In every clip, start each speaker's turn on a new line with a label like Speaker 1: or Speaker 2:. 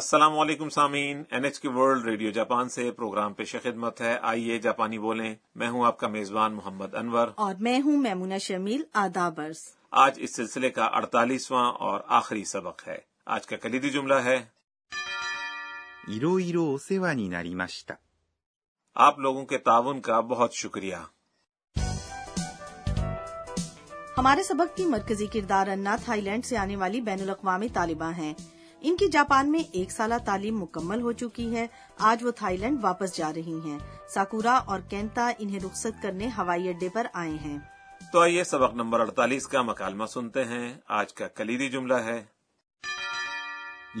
Speaker 1: السلام علیکم سامعین N H K world radio Japan سے پروگرام پیش خدمت ہے آئیے جاپانی بولیں میں ہوں آپ کا میزبان محمد انور
Speaker 2: اور میں ہوں میمونہ شمیل آدابرس
Speaker 1: آج اس سلسلے کا اڑتالیسواں اور آخری سبق ہے آج کا کلیدی جملہ ہے
Speaker 3: いろいろお世話になりました。
Speaker 1: آپ لوگوں کے تعاون کا بہت شکریہ
Speaker 2: ہمارے سبق کی مرکزی کردار انا تھائی لینڈ سے آنے والی بین الاقوامی طالبہ ہیں ان کی جاپان میں ایک سالہ تعلیم مکمل ہو چکی ہے آج وہ تھائی لینڈ واپس جا رہی ہیں ساکورا اور کینتا انہیں رخصت کرنے ہوائی اڈے پر آئے ہیں
Speaker 1: تو آئیے سبق نمبر اڑتالیس کا مکالمہ سنتے ہیں آج کا کلیدی جملہ ہے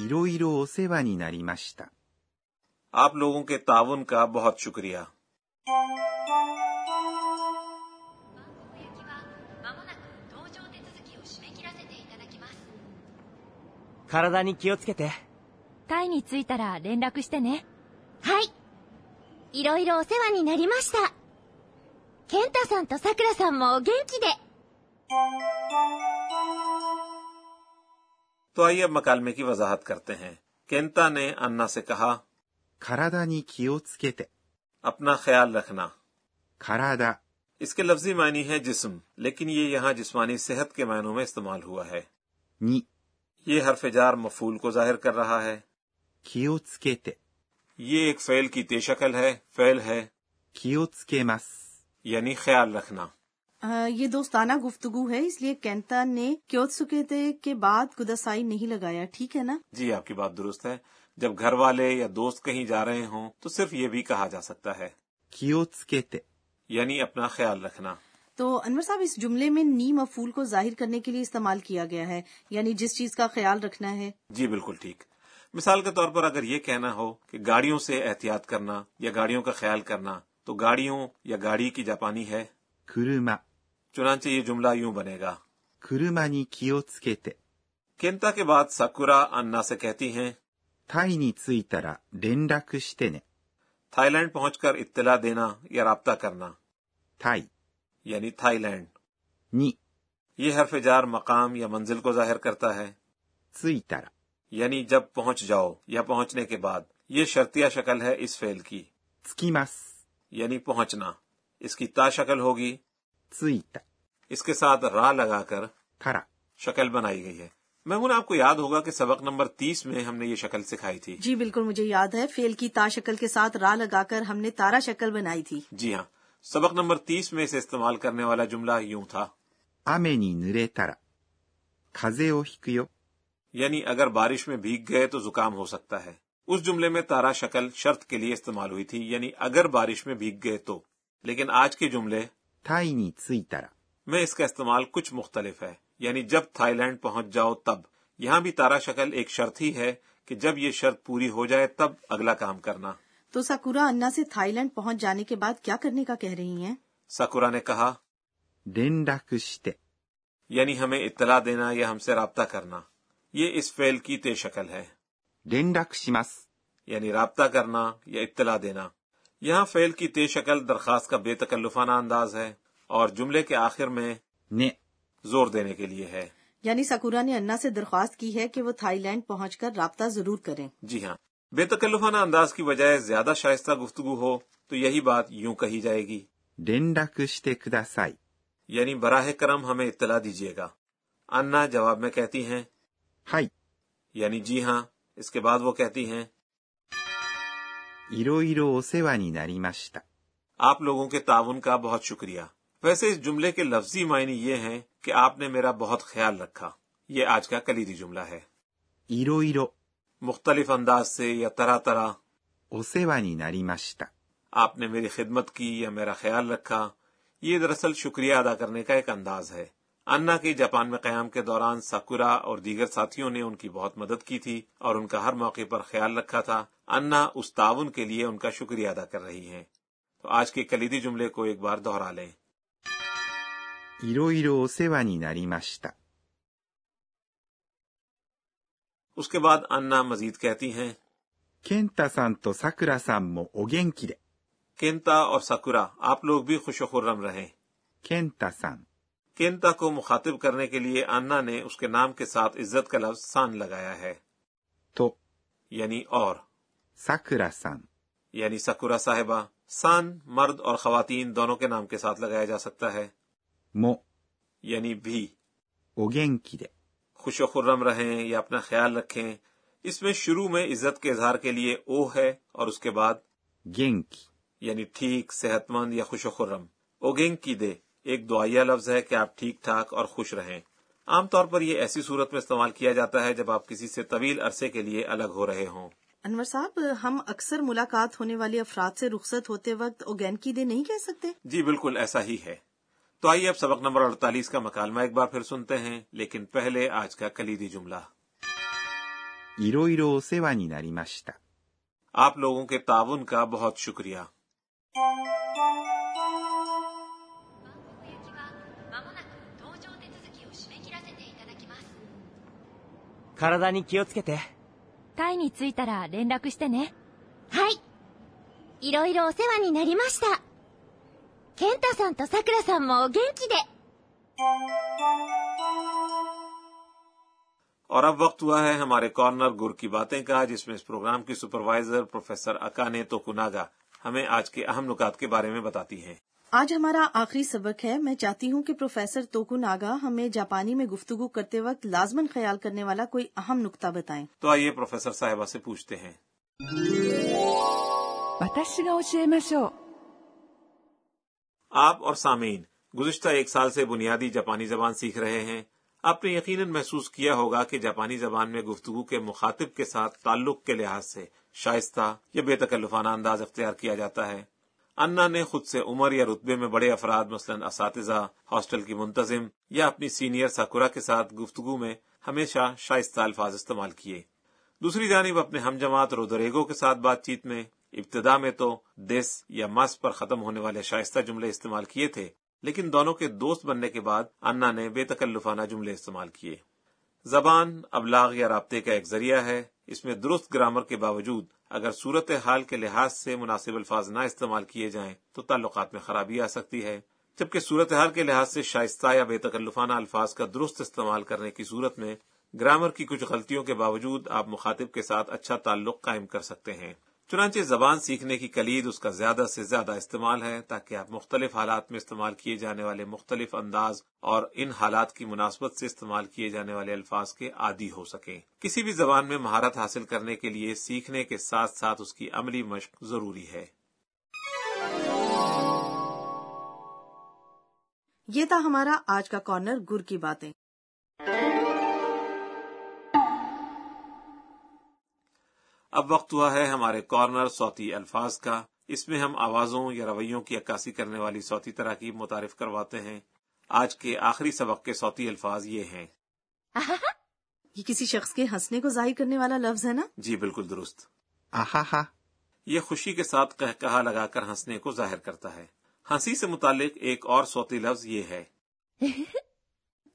Speaker 3: いろいろお世話になりました。
Speaker 1: آپ لوگوں کے تعاون کا بہت شکریہ
Speaker 4: 行きはまもなく搭乗手続きを締め切らせていただきます
Speaker 5: 体に気をつけて。
Speaker 4: タイに着いたら連絡してねはいいろいろお世話になりました健太さんとさくらさんもお元気で
Speaker 1: تو آئیے اب مکالمے کی وضاحت کرتے ہیں کینتا نے انا سے کہا
Speaker 3: 体に気をつけて。
Speaker 1: اپنا خیال رکھنا
Speaker 3: 体、
Speaker 1: اس کے لفظی معنی ہے جسم لیکن یہ یہاں جسمانی صحت کے معنوں میں استعمال ہوا ہے
Speaker 3: に、
Speaker 1: یہ حرف جار مفول کو ظاہر کر رہا ہے
Speaker 3: 気をつけて。
Speaker 1: یہ ایک فعل کی تے شکل ہے فعل ہے
Speaker 3: 気をつけます。
Speaker 1: یعنی خیال رکھنا
Speaker 2: آ، یہ دوستانہ گفتگو ہے اس لیے کینتا نے کیوتسکیتے کے بعد گداسائی نہیں لگایا ٹھیک ہے نا
Speaker 1: جی آپ کی بات درست ہے جب گھر والے یا دوست کہیں جا رہے ہوں تو صرف یہ بھی کہا جا سکتا ہے
Speaker 3: 気をつけて。
Speaker 1: یعنی اپنا خیال رکھنا
Speaker 2: تو انور صاحب اس جملے میں نی مفول کو ظاہر کرنے کے لیے استعمال کیا گیا ہے یعنی جس چیز کا خیال رکھنا ہے
Speaker 1: جی بالکل ٹھیک مثال کے طور پر اگر یہ کہنا ہو کہ گاڑیوں سے احتیاط کرنا یا گاڑیوں کا خیال کرنا تو گاڑیوں یا گاڑی کی جاپانی ہے
Speaker 3: 車、
Speaker 1: چنانچہ یہ جملہ یوں بنے گا
Speaker 3: 車に気をつけて。
Speaker 1: کینتا کے بعد ساکورا انا سے کہتی ہیں
Speaker 3: タイに着いたら連絡してね。
Speaker 1: تھائی لینڈ پہنچ کر اطلاع دینا یا رابطہ کرنا
Speaker 3: タイ、
Speaker 1: یعنی تھائی لینڈ
Speaker 3: に、
Speaker 1: یہ حرف جار مقام یا منزل کو ظاہر کرتا ہے
Speaker 3: 着いたら。
Speaker 1: یعنی جب پہنچ جاؤ یا پہنچنے کے بعد یہ شرطیہ شکل ہے اس فعل کی
Speaker 3: 着きます。
Speaker 1: یعنی پہنچنا اس کی تا شکل ہوگی
Speaker 3: 着いた。
Speaker 1: اس کے ساتھ را لگا کر
Speaker 3: から。
Speaker 1: شکل بنائی گئی ہے محمود آپ کو یاد ہوگا کہ سبق نمبر تیس میں ہم نے یہ شکل سکھائی تھی
Speaker 2: جی بالکل مجھے یاد ہے فیل کی تا شکل کے ساتھ راہ لگا کر ہم نے تارا شکل بنائی تھی
Speaker 1: جی ہاں سبق نمبر تیس میں اسے استعمال کرنے والا جملہ یوں تھا
Speaker 3: 雨に濡れたら。風邪をひくよ。
Speaker 1: یعنی اگر بارش میں بھیگ گئے تو زکام ہو سکتا ہے اس جملے میں تارا شکل شرط کے لیے استعمال ہوئی تھی یعنی اگر بارش میں بھیگ گئے تو لیکن آج کے جملے
Speaker 3: タイに着いたら。
Speaker 1: میں اس کا استعمال کچھ مختلف ہے یعنی جب تھائی لینڈ پہنچ جاؤ تب یہاں بھی تارا شکل ایک شرط ہی ہے کہ جب یہ شرط پوری ہو جائے تب اگلا کام کرنا
Speaker 2: تو ساکورا انا سے تھائی لینڈ پہنچ جانے کے بعد کیا کرنے کا کہہ رہی ہیں
Speaker 1: سکورا نے کہا
Speaker 3: 連絡して。
Speaker 1: یعنی ہمیں اطلاع دینا یا ہم سے رابطہ کرنا یہ اس فعل کی تے شکل ہے
Speaker 3: 連絡します。
Speaker 1: یعنی رابطہ کرنا یا اطلاع دینا یہاں فعل کی تے شکل درخواست کا بے تکلفانہ انداز ہے اور جملے کے آخر میں
Speaker 3: ね。
Speaker 1: زور دینے کے لیے ہے
Speaker 2: یعنی ساکورا نے انا سے درخواست کی ہے کہ وہ تھائی لینڈ پہنچ کر رابطہ ضرور کریں
Speaker 1: جی ہاں بے تکلفانہ انداز کی بجائے زیادہ شائستہ گفتگو ہو تو یہی بات یوں کہی جائے گی
Speaker 3: 連絡してください。
Speaker 1: یعنی براہ کرم ہمیں اطلاع دیجیے گا انا جواب میں کہتی ہیں
Speaker 3: はい。
Speaker 1: یعنی جی ہاں اس کے بعد وہ کہتی ہیں
Speaker 3: いろいろお世話になりました。
Speaker 1: آپ لوگوں کے تعاون کا بہت شکریہ ویسے اس جملے کے لفظی معنی یہ ہیں کہ آپ نے میرا بہت خیال رکھا یہ آج کا کلیدی جملہ ہے
Speaker 3: いろいろ
Speaker 1: مختلف انداز سے یا طرح طرح
Speaker 3: お世話になりました。
Speaker 1: آپ نے میری خدمت کی یا میرا خیال رکھا یہ دراصل شکریہ ادا کرنے کا ایک انداز ہے انا کے جاپان میں قیام کے دوران ساکورا اور دیگر ساتھیوں نے ان کی بہت مدد کی تھی اور ان کا ہر موقع پر خیال رکھا تھا انا اس تعاون کے لیے ان کا شکریہ ادا کر رہی ہیں تو آج کے کلیدی جملے کو ایک بار دوہرا لیں
Speaker 3: いろいろお世話になりました。
Speaker 1: اس کے بعد انا مزید کہتی ہیں
Speaker 3: ケンタさんとさくらさんもお元気で。
Speaker 1: کینتا اور ساکورا آپ لوگ بھی خوش و خرم رہیں
Speaker 3: ケンタさん、
Speaker 1: کینتا کو مخاطب کرنے کے لیے انا نے اس کے نام کے ساتھ عزت کا لفظ سان لگایا ہے
Speaker 3: と、
Speaker 1: یعنی اور
Speaker 3: さくらさん、
Speaker 1: یعنی سکورا صاحبہ سان مرد اور خواتین دونوں کے نام کے ساتھ لگایا جا سکتا ہے
Speaker 3: も、
Speaker 1: یعنی بھی
Speaker 3: お元気で。
Speaker 1: خوش و خرم رہیں یا اپنا خیال رکھیں اس میں شروع میں عزت کے اظہار کے لیے او ہے اور اس کے بعد
Speaker 3: 元気、
Speaker 1: یعنی ٹھیک صحت مند یا خوش و خرم اوگینگ کی دے ایک دعائیہ لفظ ہے کہ آپ ٹھیک ٹھاک اور خوش رہیں عام طور پر یہ ایسی صورت میں استعمال کیا جاتا ہے جب آپ کسی سے طویل عرصے کے لیے الگ ہو رہے ہوں
Speaker 2: انور صاحب ہم اکثر ملاقات ہونے والے افراد سے رخصت ہوتے وقت اوگینکی دے نہیں کہہ سکتے
Speaker 1: جی بالکل ایسا ہی ہے تو آئیے اب سبق نمبر اڑتالیس کا مکالمہ ایک بار پھر سنتے ہیں لیکن پہلے آج کا کلیدی جملہ
Speaker 3: いろいろお世話になりました。
Speaker 1: آپ لوگوں کے تعاون کا بہت شکریہ
Speaker 5: 体に気をつけて
Speaker 4: タイに着いたら連絡してねはいいろいろお世話になりました健太さんとさくらさんもお元気で
Speaker 1: اور اب وقت ہوا ہے ہمارے کارنر گر کی باتیں کا جس میں اس پروگرام کی سپروائزر پروفیسر اکانے توکناگا ہمیں آج کے اہم نکات کے بارے میں بتاتی ہیں
Speaker 2: آج ہمارا آخری سبق ہے میں چاہتی ہوں کہ پروفیسر توکو ناگا ہمیں جاپانی میں گفتگو کرتے وقت لازمن خیال کرنے والا کوئی اہم نقطہ بتائیں
Speaker 1: تو آئیے پروفیسر صاحبہ سے پوچھتے ہیں
Speaker 6: 私が教えましょう
Speaker 1: آپ اور سامعین گزشتہ ایک سال سے بنیادی جاپانی زبان سیکھ رہے ہیں آپ نے یقیناً محسوس کیا ہوگا کہ جاپانی زبان میں گفتگو کے مخاطب کے ساتھ تعلق کے لحاظ سے شائستہ یا بے تکلفانہ انداز اختیار کیا جاتا ہے انا نے خود سے عمر یا رتبے میں بڑے افراد مثلا اساتذہ ہاسٹل کی منتظم یا اپنی سینئر ساکورا کے ساتھ گفتگو میں ہمیشہ شائستہ الفاظ استعمال کیے دوسری جانب اپنے ہم جماعت رودریگو کے ساتھ بات چیت میں ابتدا میں تو دس یا مس پر ختم ہونے والے شائستہ جملے استعمال کیے تھے لیکن دونوں کے دوست بننے کے بعد انا نے بے تکلفانہ جملے استعمال کیے زبان ابلاغ یا رابطے کا ایک ذریعہ ہے اس میں درست گرامر کے باوجود اگر صورت حال کے لحاظ سے مناسب الفاظ نہ استعمال کیے جائیں تو تعلقات میں خرابی آ سکتی ہے جبکہ صورت حال کے لحاظ سے شائستہ یا بے تکلفانہ الفاظ کا درست استعمال کرنے کی صورت میں گرامر کی کچھ غلطیوں کے باوجود آپ مخاطب کے ساتھ اچھا تعلق قائم کر سکتے ہیں چنانچہ زبان سیکھنے کی کلید اس کا زیادہ سے زیادہ استعمال ہے تاکہ آپ مختلف حالات میں استعمال کیے جانے والے مختلف انداز اور ان حالات کی مناسبت سے استعمال کیے جانے والے الفاظ کے عادی ہو سکیں کسی بھی زبان میں مہارت حاصل کرنے کے لیے سیکھنے کے ساتھ ساتھ اس کی عملی مشق ضروری ہے
Speaker 2: یہ تھا ہمارا آج کا کارنر گر کی باتیں
Speaker 1: اب وقت ہوا ہے ہمارے کارنر صوتی الفاظ کا اس میں ہم آوازوں یا رویوں کی عکاسی کرنے والی صوتی تراکیب متعارف کرواتے ہیں آج کے آخری سبق کے صوتی الفاظ یہ ہیں
Speaker 2: یہ کسی شخص کے ہنسنے کو ظاہر کرنے والا لفظ ہے نا
Speaker 1: جی بالکل درست
Speaker 3: あはは、
Speaker 1: یہ خوشی کے ساتھ کہا لگا کر ہنسنے کو ظاہر کرتا ہے ہنسی سے متعلق ایک اور صوتی لفظ یہ ہے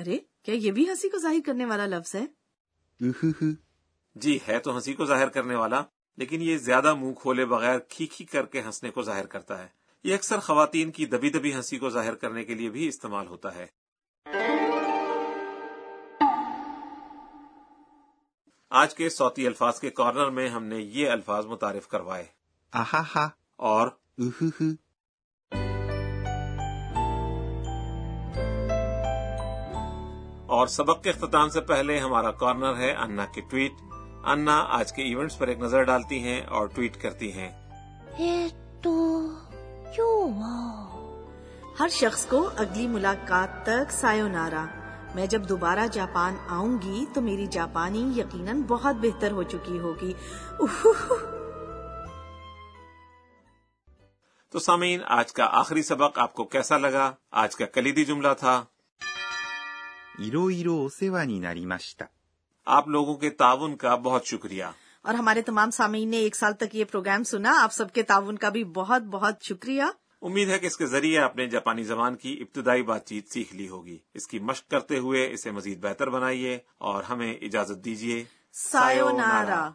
Speaker 2: ارے کیا یہ بھی ہنسی کو ظاہر کرنے والا لفظ ہے
Speaker 3: うふふ、
Speaker 1: جی ہے تو ہنسی کو ظاہر کرنے والا لیکن یہ زیادہ منہ کھولے بغیر کھیکھی کر کے ہنسنے کو ظاہر کرتا ہے یہ اکثر خواتین کی دبی دبی ہنسی کو ظاہر کرنے کے لیے بھی استعمال ہوتا ہے آج کے صوتی الفاظ کے کارنر میں ہم نے یہ الفاظ متعارف کروائے
Speaker 3: あはは、
Speaker 1: اور
Speaker 3: うふふ、
Speaker 1: اور سبق کے اختتام سے پہلے ہمارا کارنر ہے انا کی ٹویٹ انا آج کے ایونٹس پر ایک نظر ڈالتی ہیں اور ٹویٹ کرتی ہیں
Speaker 4: えーっと今日は
Speaker 2: ہر شخص کو اگلی ملاقات تک سایونارا میں جب دوبارہ جاپان آؤں گی تو میری جاپانی یقیناً بہت بہتر ہو چکی ہوگی
Speaker 1: تو سامعین آج کا آخری سبق آپ کو کیسا لگا آج کا کلیدی جملہ تھا
Speaker 3: いろいろお世話になりました。
Speaker 1: آپ لوگوں کے تعاون کا بہت شکریہ
Speaker 2: اور ہمارے تمام سامعین نے ایک سال تک یہ پروگرام سنا آپ سب کے تعاون کا بھی بہت بہت شکریہ
Speaker 1: امید ہے کہ اس کے ذریعے آپ نے جاپانی زبان کی ابتدائی بات چیت سیکھ لی ہوگی اس کی مشق کرتے ہوئے اسے مزید بہتر بنائیے اور ہمیں اجازت دیجیے
Speaker 2: سایونارا